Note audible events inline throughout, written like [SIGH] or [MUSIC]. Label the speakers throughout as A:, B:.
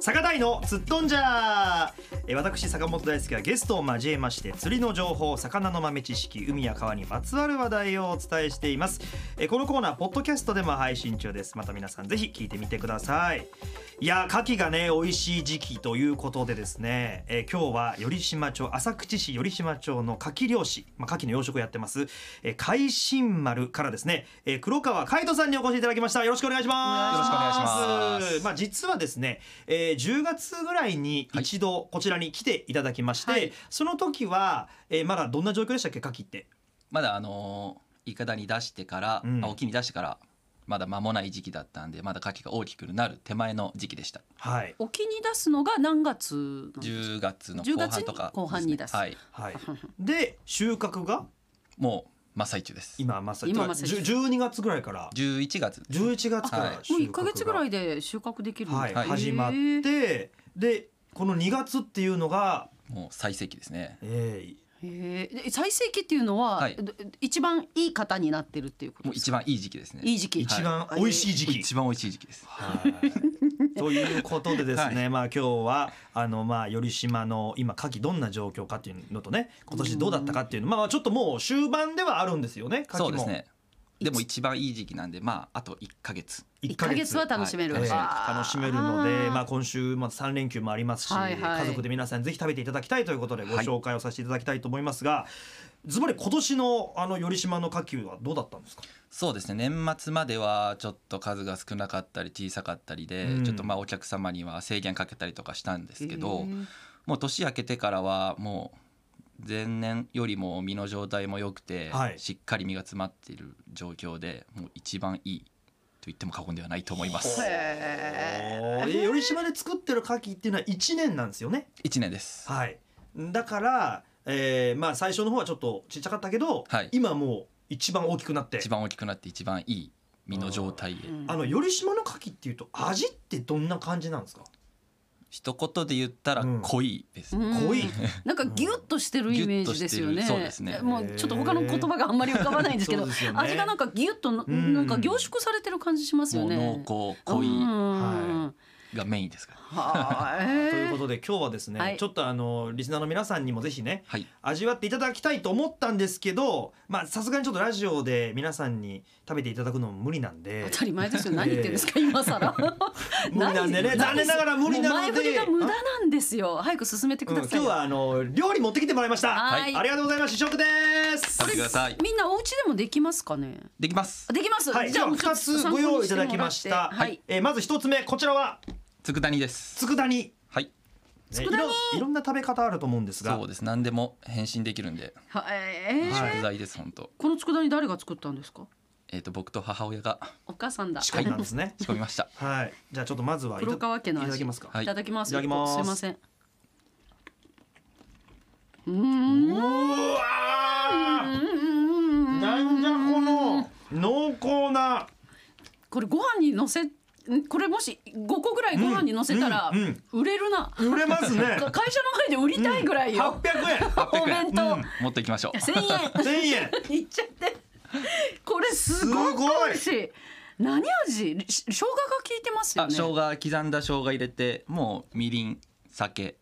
A: 坂大のツットンジャーえー私坂本大輔はゲストを交えまして釣りの情報魚の豆知識海や川にまつわる話題をお伝えしていますえーこのコーナーポッドキャストでも配信中ですまた皆さんぜひ聞いてみてくださいいやー牡蠣がね美味しい時期ということでですね、えー今日は頼島町浅口市頼島町の牡蠣漁師、まあ、牡蠣の養殖をやってます、えー、海進丸からですね、えー黒川海人さんにお越しいただきましたよろしくお願いします
B: よろしくお願いします
A: まあ、実はですね、えー10月ぐらいに一度こちらに来ていただきまして、
B: はい
A: その時は、えーまだどんな状況でしたっけ牡蠣って
B: まだあのーイカダに出してから、
A: うん
B: あ沖に出してからまだ間もない時期だったんでまだ牡蠣が大きくなる手前の時期でした
A: はい
C: 沖に出すのが何月なんですか
B: 10月の後半とか、
C: 10月に後半に出す
B: はい
A: はいで収穫が
B: もう真っ最中です
A: 今まさに
C: 今まさに
A: 12月ぐらいから
B: 11月
A: 11月から
B: はい
A: 収穫が
C: もう一ヶ月ぐらいで収穫できるんです
A: はい
C: か
B: はい
A: 始まっ
C: へー
A: てでこの2月っていうのが、
B: もう最盛期ですね
A: えー
C: へーで最盛期っていうのは、
B: はい
C: ど一番いい方になってるっていうこと
B: もう
C: です
B: 一
C: か
B: 番いい時期ですね
C: いい時期
A: 一番
C: はい
A: 美味しい時期、
B: 一番美味しい時期です
A: はい、ということでですね、
B: は
A: まあ今日はあのまあ頼島の今牡蠣どんな状況かっていうのとね今年どうだったかっていうのまあまあちょっともう終盤ではあるんですよね牡蠣も
B: そうですねでも一番いい時期なんでまああと1ヶ月
A: 1
C: 1
A: ヶ
C: ヶ
A: 月
C: 月は楽しめる、
B: はい
C: あー
A: 楽しめるので
C: あー
A: まあ、今週まあ3連休もありますし、
C: はいはい
A: 家族で皆さんぜひ食べていただきたいということでご
B: はい
A: 紹介をさせていただきたいと思いますがズバリ今年のあの頼島の牡蠣はどうだったんですか
B: そうですね年末まではちょっと数が少なかったり小さかったりで、
A: うん
B: ちょっとまあお客様には制限かけたりとかしたんですけど、
C: へー
B: もう年明けてからはもう前年よりも身の状態も良くて、
A: はい
B: しっかり身が詰まっている状況でもう一番いいと言っても過言ではないと思います
C: へ
A: おーえ頼島で作ってる牡蠣っていうのは1年なんですよね
B: 1年です
A: はい、だから、えーまあ、最初の方はちょっとちっちゃかったけど、
B: はい
A: 今もう一番大きくなって
B: 一番大きくなって一番いい身の状態へ
C: ーうん
A: あの頼島の牡蠣っていうと味ってどんな感じなんですか、
B: 一言で言ったら
A: うん
B: 濃いです、
C: うん
A: 濃い
C: なんかギュッとしてるイメージですよね。
B: ギュッとしてるそうですね
C: もうちょっと他の言葉があんまり浮かばないんですけど、
A: そうですよね
C: 味がなんかギュッとの
A: うん
C: なんか凝縮されてる感じしますよ
B: もう
C: ね。
B: 濃厚濃
C: うん
B: い
A: は
B: がメインですから
C: はい。
A: ということで今日はですね、
C: はい
A: ちょっとあのリスナーの皆さんにもぜひね
B: はい
A: 味わっていただきたいと思ったんですけどまあさすがにちょっとラジオで皆さんに食べていただくのも無理なんで
C: 当たり前ですよ。何言ってんですか、今更。
A: [LAUGHS] 無理なんでね
C: 何
A: 残念ながら無理なの
C: もう前振り
A: で
C: が無駄なんですよ。早く進めて
A: う
C: く
A: ん
C: だ
A: 今
C: さ
A: 日
C: い。
A: はあの料理持ってきてもらいました
C: はい
A: ありがとうございます試食です
B: 食べてください
C: みんなお家でもできますかね。
B: できます
C: あできます。
A: はい、じゃあ
C: もうちょっ
A: 二
C: と
A: つご用意いただきました。
C: 参考
A: は
C: に
A: い
C: て、
A: えーまず一つ目こちらは
B: 佃煮です
A: 佃煮。
B: はい
A: ね
C: 佃煮
A: いろいろんな食べ方あると思うんですが
B: そう、です何でも変身できるんで
C: もらってはい。はい。えー
B: 食材です本当
C: この佃煮誰が作ったんですか。
B: えっ、と僕と母親が
C: お母さんだ。
A: 仕込みなんですね。
B: 仕込みました
A: はい、じゃあちょっとまずはいた
C: 黒川家の味
A: いただけますか。
B: はい
C: いただきます。
A: いただきます
C: すいません。うー。
A: うんわー、なんじゃこの濃厚な。
C: これご飯にのせ。んこれもし5個ぐらいご飯にのせたら
A: うんうん
C: 売れるな、
A: 売れます
C: [LAUGHS]
A: ね。
C: か会社の前で売りたいぐらい
A: 八
C: よ、
A: 百円、
C: お弁当、
A: うん
B: 持っていきましょう
C: 1000円 [LAUGHS]
A: 千円。
C: いっちゃってこれすごく美味しい何味し生姜が効いてますよ
B: あ
C: ね
B: 生姜刻んだ生姜入れてもうみりん酒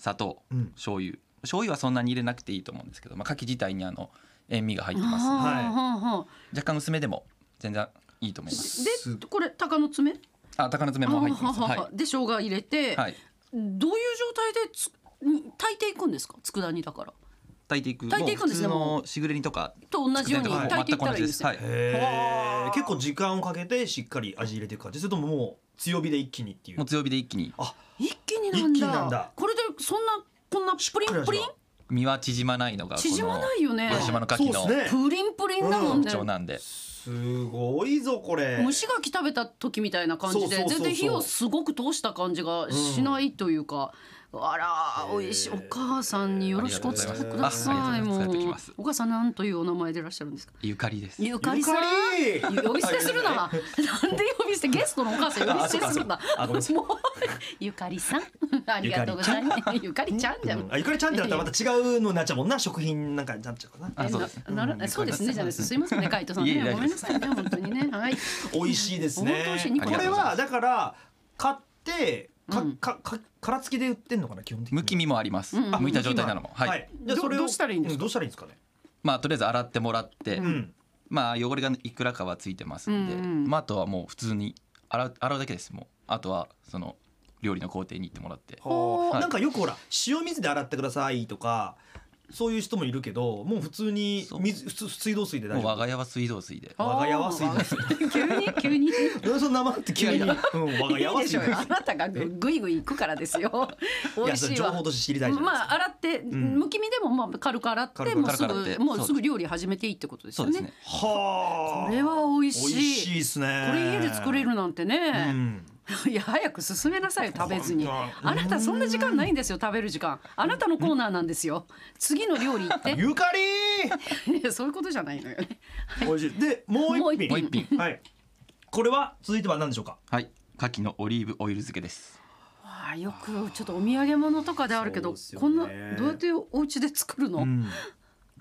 B: 砂糖、
A: うん
B: 醤油醤油はそんなに入れなくていいと思うんですけど、まあ、牡蠣自体にあの塩味が入ってます
C: は
B: 若
A: はい
C: あはあはあ干
B: 干薄めでも全然いいと思います
A: す
C: でこれ鷹の爪
B: あ鷹の爪も入ってます
C: あは
B: は
C: ははで生姜入れて、
B: い、はい、
C: どういう状態でつに炊いていくんですか佃煮だから
B: 炊いていく
C: 炊いていくんですねも
B: もう普通のしぐれ煮とか
C: と同じように
B: つくねとか
C: 炊いていったらいいんですよ
B: 全く同じはい
A: へ
C: は
A: ー
C: あ
A: 結構時間をかけてしっかり味入れていく感じ。それとももう強火で一気にってい
B: も
A: う
B: う。強火で一気に
A: あ、
C: 一気になんだ
A: 一気になんだ
C: これでそんなこんなプリンプリン
A: しっか
B: 身は縮まないのがこ
C: 縮まないよね
B: 広島の牡
A: そう
B: 蠣
A: です
B: の
A: ね。
C: プリンプリンだもんね、
B: 特徴なんで、
A: すごいぞこれ。
C: 蒸し牡蠣食べた時みたいな感じで
A: そうそうそうそう
C: 全然火をすごく通した感じがしないというか、あら美味しい
A: へ
C: お
A: ー
C: 母さんによろしくお伝えください
B: ありがとう
C: も
B: ございますありがとうございます伝えておき
C: う
B: ます
C: お母さんなんというお名前でいらっしゃるんですか
B: ゆかりです
C: ゆかりさん
A: ゆかり
C: 呼び捨てするななんで呼び捨てゲストのお母さん呼び捨てするな
A: あごめんなさい
C: もうゆかりさんありがとうございますゆかりちゃんじゃん、
A: うんあゆかりちゃんってなったらまた違うのになっちゃうもんな食品なんかになっちゃうかな
B: あそうです
C: えなならそうですねじゃないですすいませんね海藤さん
B: いえい
C: ね
B: え大丈
C: ご
B: 夫
C: めん
B: で
C: なさいね本当にねはい
A: 美味しいです
C: 本当美味しい
A: ね
C: ニ
B: コ
A: こ
B: ル
A: れはだから買ってか
C: うん
A: かか殻付きで売ってんのかな基本的に
B: むき身もあります、
C: うん
B: 剥むいた状態なのも、はい
A: じゃあ
C: ど
A: それを
C: どうしたらいいんですか
A: どうしたらいいんですかね
B: まあとりあえず洗ってもらって、
A: うん
B: まあ汚れがいくらかはついてますんで、
C: うんうん
B: まあ、あとはもう普通に洗う洗うだけですもうあとはその料理の工程に行ってもらって
A: は
B: は
A: あ
B: い
A: なんかよくほら塩水で洗ってくださいとかそういう人もいるけどもう普通に
B: そう
A: 水普通水道水で
B: も
A: 大
B: う
A: 丈
B: 我
A: 夫
B: が家は水道水で
A: 我が家は水道水
C: [LAUGHS] 急に急に。
A: なんで [LAUGHS] その名前って急に、
B: い
A: うん、
B: やい
A: 我が家
C: いい
A: は
C: でし
A: 水
C: ょ
A: 道
C: う
A: 水
C: よあなたがぐぐいぐい行くからですよ。美味
A: そ
C: し
A: れ
C: い
A: 情
C: わ。
A: 報として知りたいじゃないです
C: ま
A: か、
C: あ洗って
A: ん
C: むき身でもまあ軽く洗って
A: 軽く
C: もうす
B: 軽く洗っ
C: ぐ
B: て
C: もうすぐ料理始めていいってことです
B: そ
C: よ
B: うですね
C: ね。
A: はあ
C: これは美味しい
A: 美味しいですね
C: これ家で作れるなんて
A: う
C: ね。
A: ん、
C: [LAUGHS] いや早く進めなさいよ食べずに。
A: こんな
C: あなたそんな時間ないんですよ食べる時間。あなたのコーナーなんですよ。次の料理行って。
A: ゆかり
C: いや [LAUGHS] そういうことじゃないのよね。
A: ー美味しいでもう一
C: もう
A: 品
C: 一
B: もう一品
A: はいこれは続いては何でしょうか
B: はい牡蠣のオリーブオイル漬けです
C: わあよくちょっとお土産物とかであるけど、
A: そうですよね
C: こんなどうやってお家で作るの？
A: うん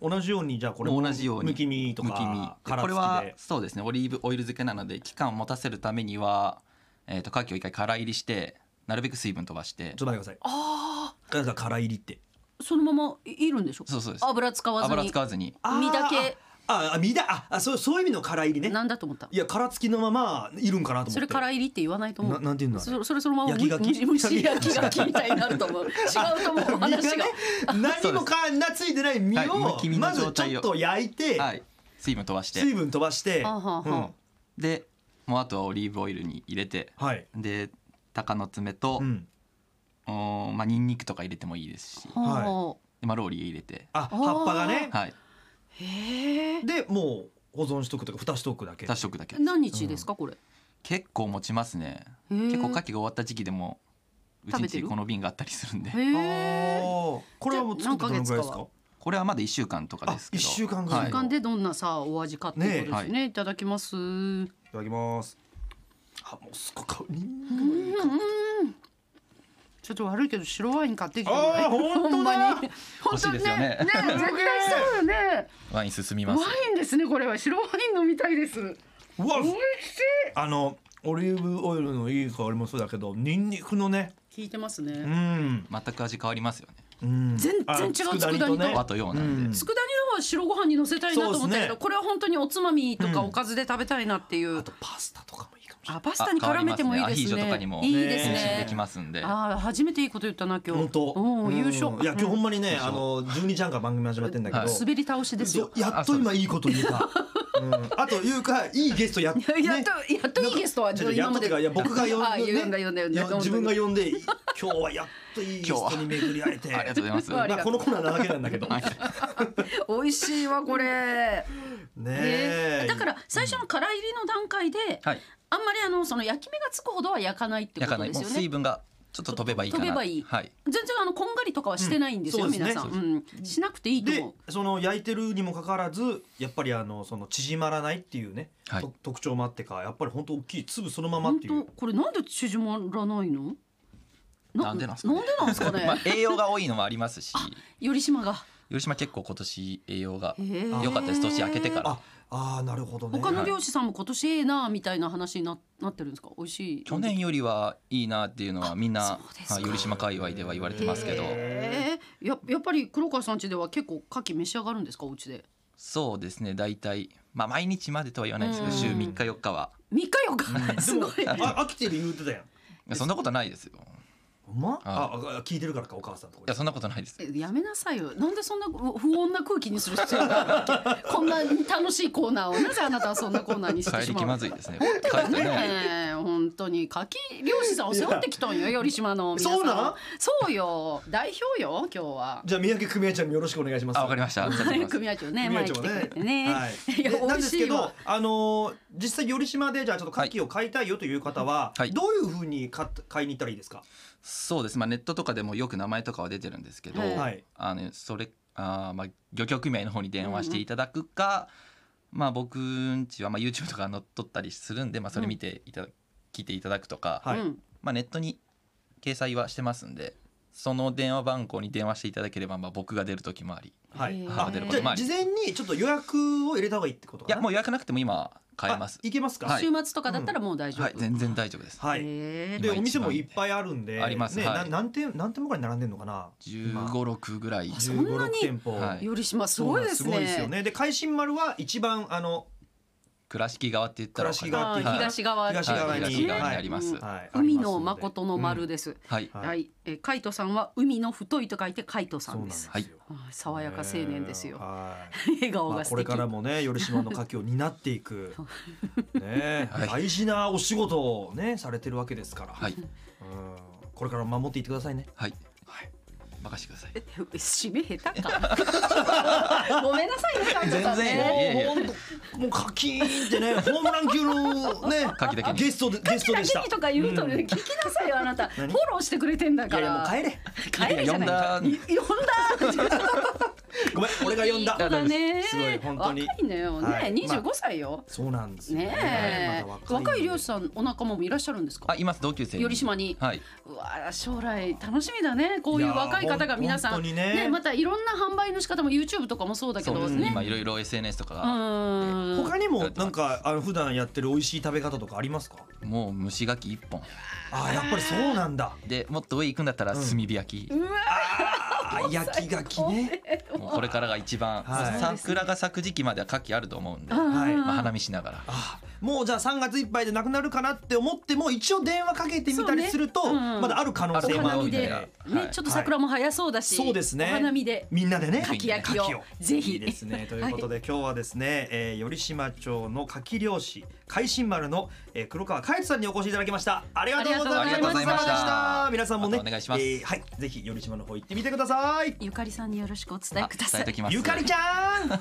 A: 同じようにじゃあこれも
B: 同じように
A: むき身とか
B: むき身で
A: 殻付
B: これ
A: き
B: は
A: で
B: そうですねオリーブオイル漬けなので期間を持たせるためには、えー、と牡蠣を一回空入りしてなるべく水分飛ばして
A: ちょっと待ってください
C: あ
A: 加藤さん殻入りって
C: あそのままいいるんでしょ？
B: そうそうです
C: 油使わずに。
B: 油使わずに
A: あー
C: 身だけ
A: ああ身だああそうそういう意味の殻入りね
C: なんだと思った。
A: いや殻付きのままいるんかなと思って
C: それから入りって言わないと思
A: な
C: う。
A: なんていうんだ
C: それそれそのまま
A: 焼きガキ
C: むむし焼きガキみたいになると思う。違うと思うお
A: 身がね [LAUGHS]
C: 話が。
A: 何もかんなついてない身を、
B: はいむき身
A: ま
B: の
A: ず
B: 状
A: ちょ
B: 態を
A: っと焼いて、
B: はい水分飛ばして
A: 水分飛ばして、
C: はあはあはあ
B: でもうあとはオリーブオイルに入れて
A: うんはい、
B: で鷹の爪と、
A: うん、
B: おーまあニンニクとか入れてもいいですし、
A: はい
C: は
B: でまあ、ローリエ入れて、
A: あ葉っぱがね
B: はい、
C: あ。へえ。
A: でもう保存しとくとか蓋しとくだけ
B: 足しておくだけ
C: 何日ですかこれ？
B: 結構持ちますね
C: へー
B: 結構牡蠣が終わった時期でもうち
C: 食べ
B: ん
C: て
B: ち
C: る
B: この瓶があったりするんで
C: へえ。
A: あーこれはもう作ってどのぐらいです
C: じゃあ何ヶ月か
A: か
C: は
B: これはまだ1週間とかですけど
A: あ一週間ぐらい
B: は
C: 時間でどんなさお味かっていうことです
B: ね
C: ね。いただきます。うん
A: いただきますあもうすごくニンニクのいい香り
C: ちょっと悪いけど白ワイン買ってきても
A: あー本当だ
C: ほんまに本当
B: 欲しいですよ
C: ね
B: ね
C: 絶対そうよね
B: ワイン進み
C: ワ
B: ま
C: イ
B: す
C: ンですねこれは白ワイン飲みたいです
A: うわ
C: 美味し
A: あのオリーブオイルのいい香りもそうだけどニンニクのね
C: い効いてますね、
A: うん、
B: 全く味変わりますよね
A: うん、
C: 全然
A: あ
C: 違う
A: 佃煮とね
B: 和と洋なんで、
A: うん
C: 佃煮の方は白ご飯に乗せたいなと思ったけ
A: そう
C: ど、
A: ですね
C: これは本当におつまみとか
A: うん
C: おかずで食べたいなっていう、
A: あとパスタとかもいいかもしれない
C: あパスタに絡めてもいいですね
B: あ変わりますねアヒージョとかにも
C: いいです
B: 変身で
C: ね
B: きますんで
C: あー初めていいこと言ったな今日
A: 本当
C: おー優勝
A: いや今日ほ
C: うん
A: んまにね、
B: ん
A: あの12時半から番組始まってんだけど、
B: はい
C: 滑り倒しですよ
A: そうやっと今いいこと言え
C: [LAUGHS]
A: た、うん、あというかいいゲストやっ,、ね、
C: いややっとやっといいゲストは
A: ちょっとや
C: 今
A: っとって
C: まで
A: かいや僕が呼ん
C: [LAUGHS] あー
A: で、
C: 呼んだ呼んだ呼んだ
A: よ自分が呼んで今日はやっといいゲス
B: 今
A: ト
B: 日は
A: に巡り会えて
B: ありがとうございます
C: あ
A: [LAUGHS]
C: り
A: まあ
C: が
A: こと
C: う
A: のコーナーなだけなんだけ
C: [LAUGHS]
A: どね
C: 美味しいわこれ
A: え
C: ねだから最初の殻入りの段階で、
B: はい
C: あんまりあのその焼き目がつくほどは焼かないってこ
B: 焼か
C: と
B: ない
C: です
B: もう
C: よ
B: 水
C: ね。
B: 分がちょっと飛べばいいかな
C: 飛べばいい
B: はい
C: 全然あのこんがりとかはしてないんです
A: う
C: よ、
A: んそうですね
C: 皆さん、うん、しなくていいと
A: で
C: 思う。
A: その焼いてるにもかかわらずやっぱりあのその縮まらないっていうね、
B: はい
A: と特徴もあってかやっぱり本当大きい粒そのままっ
C: 本
A: ていう
C: 当これなんで縮まらないの？
B: なんでなんすかね
C: なんでなんですかね。
B: [LAUGHS] まあ、栄養が多いのもありますし
C: よりしまが
B: 広島結構今年栄養が
C: へえ
B: 良かったです年明けてから
A: ああーなるほどね
C: 他の漁師さんも今年ええなみたいな話にななってるんですか？美味しい。
B: 去年よりはいいなっていうのはみんな
C: そうですか
B: はい寄島界隈では言われてますけど
C: へえややっぱり黒川さん家では結構牡蠣召し上がるんですかお家で？
B: そうですね大体まあ毎日までとは言わないですけど
C: うん
B: 週3日4日は
C: 三日よか、すごい。
A: でもあ飽きてる言うてたやん
B: そんなことないですよ
A: ほんまああ聞いてるからかお母さんと
B: いや
A: か
B: そんなことないです
C: え [LAUGHS] やめなさいよなんでそんな不不穏な空気にする必要があるわけこんな楽しいコーナーをなぜあなたはそんなコーナーにして
B: 帰
C: し
B: り
C: ま
B: 気
C: う
B: ま
C: の
B: ずいですね帰ってね
C: ねえ本当に柿漁師さんを背負ってきたんよ寄島の皆さん
A: そうなん
C: そうよ代表よ今日は
A: じゃあ三宅組合ちゃんによろしくお願いします
B: あわかりましたじゃあ行きます
C: 組合長ね
A: 組合
C: 前
A: 長
C: 来てくれて
A: は
C: ね
A: はい、
C: いや
A: でな
C: 美
A: んで
C: 味
A: す
C: し
A: け
C: い
A: ど
C: わ、
A: あのー実際寄島でじゃあちょっと牡蠣を買いたいよという方は、
B: はい
A: どういうふうに買っ買いに行ったらいいですか。
B: そうですまあネットとかでもよく名前とかは出てるんですけど
C: はい
A: はい
B: あのそれあーまあ漁協組合の方に電話していただくかまあ僕んちはまあ YouTube とか載っとったりするんでまあそれ見ていただ聞いていただくとか
A: はい
C: うん
B: まあネットに掲載はしてますんでその電話番号に電話していただければまあ僕が出る時もあり
A: はい。
C: へー
A: あ
B: 出るこ
A: じ
B: とも
A: ゃ
B: あ
A: あ
B: り
A: 事前にちょっと予約を入れた方がいいってこと
B: い
A: か
B: や
A: な。
B: もう予約なくても今買えます
A: あいけますか。
B: はい
C: 週末とかだったらもう大丈夫。
B: はい全然大丈夫です
A: はい。
C: へ
A: で
B: 今一番
A: お店もいっぱいあるんで、
B: あります
A: ね、
B: はい
A: な何店何店舗ぐらい並んでるのかな。
B: 1 5 6ぐらい
C: あそんなに
A: 15 16店舗。
B: は
C: え。よりします。すごいです
A: そうなんすごいですよ
C: ね。
A: ね。で海進丸は一番あの
B: 倉敷側って言ったら分かり
A: 倉敷側
B: ま
C: あ
B: す
A: っていうか東側
C: ー東側
B: はいはい
A: に
B: 東側にあります
A: はいあります
C: 海の
A: ので
C: 誠の丸です。
B: はい
A: うん
C: はい、えーカイトさんは海の太いと書いてカイトさ
A: そうんなん
C: で
A: ですす。
B: は
A: よ
B: い。
C: あー爽やか青年ですよ。
A: はい
C: 笑顔
A: ま
C: が
A: あ、
C: 素敵。
A: これからもね、よりしまの家計を担ってい
C: [LAUGHS]
A: く。ね、
B: はい
A: 大事なお仕事をね、されてるわけですから。
B: はい
A: うんこれからも守っていってくださいね。
B: はい
A: はい
B: 任せてください
C: え締め下
A: [LAUGHS]
C: 手か。ごめんなさいね、カイトさん
B: 全然い
C: ね。
B: やい
A: も
B: や
A: う本当もうカキーンってね、ホームラン級のね、
B: 書きだけに
A: ゲストでゲストでした。
C: キキとか言うとね聞きなさいよあなた。フォ
A: 何
C: ローしてくれてんだ
A: いや
C: か
A: いやもう
C: ら。
A: 帰れ。
C: 帰るじゃないか。
B: いやいや
C: い呼んだ。
A: ごめん、俺が呼ん
C: いい子
A: だ。
C: だね。
A: すごい本当に
C: 若いのよ
A: は
C: ね。
A: い
C: 二十五歳よ。
A: そうなんですよ
C: ねえ
A: まだ。のに
C: 若い漁師さんお仲間もいらっしゃるんですか
B: あ。います同級生
C: 寄島に
B: はいう
C: わ将来楽しみだね。こういう若い方が皆さ
A: いやー本
C: ん
A: 当にね
C: ねまたいろんな販売の仕方も YouTube とかもそうだけ
B: そう
C: ど
B: ですね
C: ね。
B: 今いろいろ SNS とか
C: う
B: が
C: ん。
A: 他にもなんかあの普段やってる美味しい食べ方とかありますか？
B: もう蒸し柿一本
A: あーやっぱりそうなんだ。
B: でもっと上行くんだったら
A: うん
B: 炭火焼き、
C: うわ
A: あー焼きガキね。
B: もうこれからが一番、
A: はい
B: もう桜が咲く時期までは牡蠣あると思うんで、
C: うん
B: ま
A: はい
B: あ、花見しながら
A: あーもうじゃあ3月いっぱいでなくなるかなって思っても一応電話かけてみたりすると、
C: そうねうん
A: まだある可能
C: お
A: 性もあ
C: 花
A: る
C: 見
A: ん
C: で
A: で
B: は、い
C: ね、ちょっと桜も早そうだし、
A: そうですね
C: お花見で
A: みんなでね
C: かき焼きを
A: 牡蠣
C: ぜひ
A: いいですねということで、今日はですね、えー、頼島町の牡蠣漁師海進丸の、えー、黒川海人さんにお越しいただきましたありがとうございました
C: ありがとうございま
B: した
A: 皆さんもね
B: またお願いします
A: ーはいぜひ頼島の方行ってみてください
C: ゆかりさんによろしくお伝えくださ
B: 伝え
C: い
B: て。きます
A: ゆかりちゃん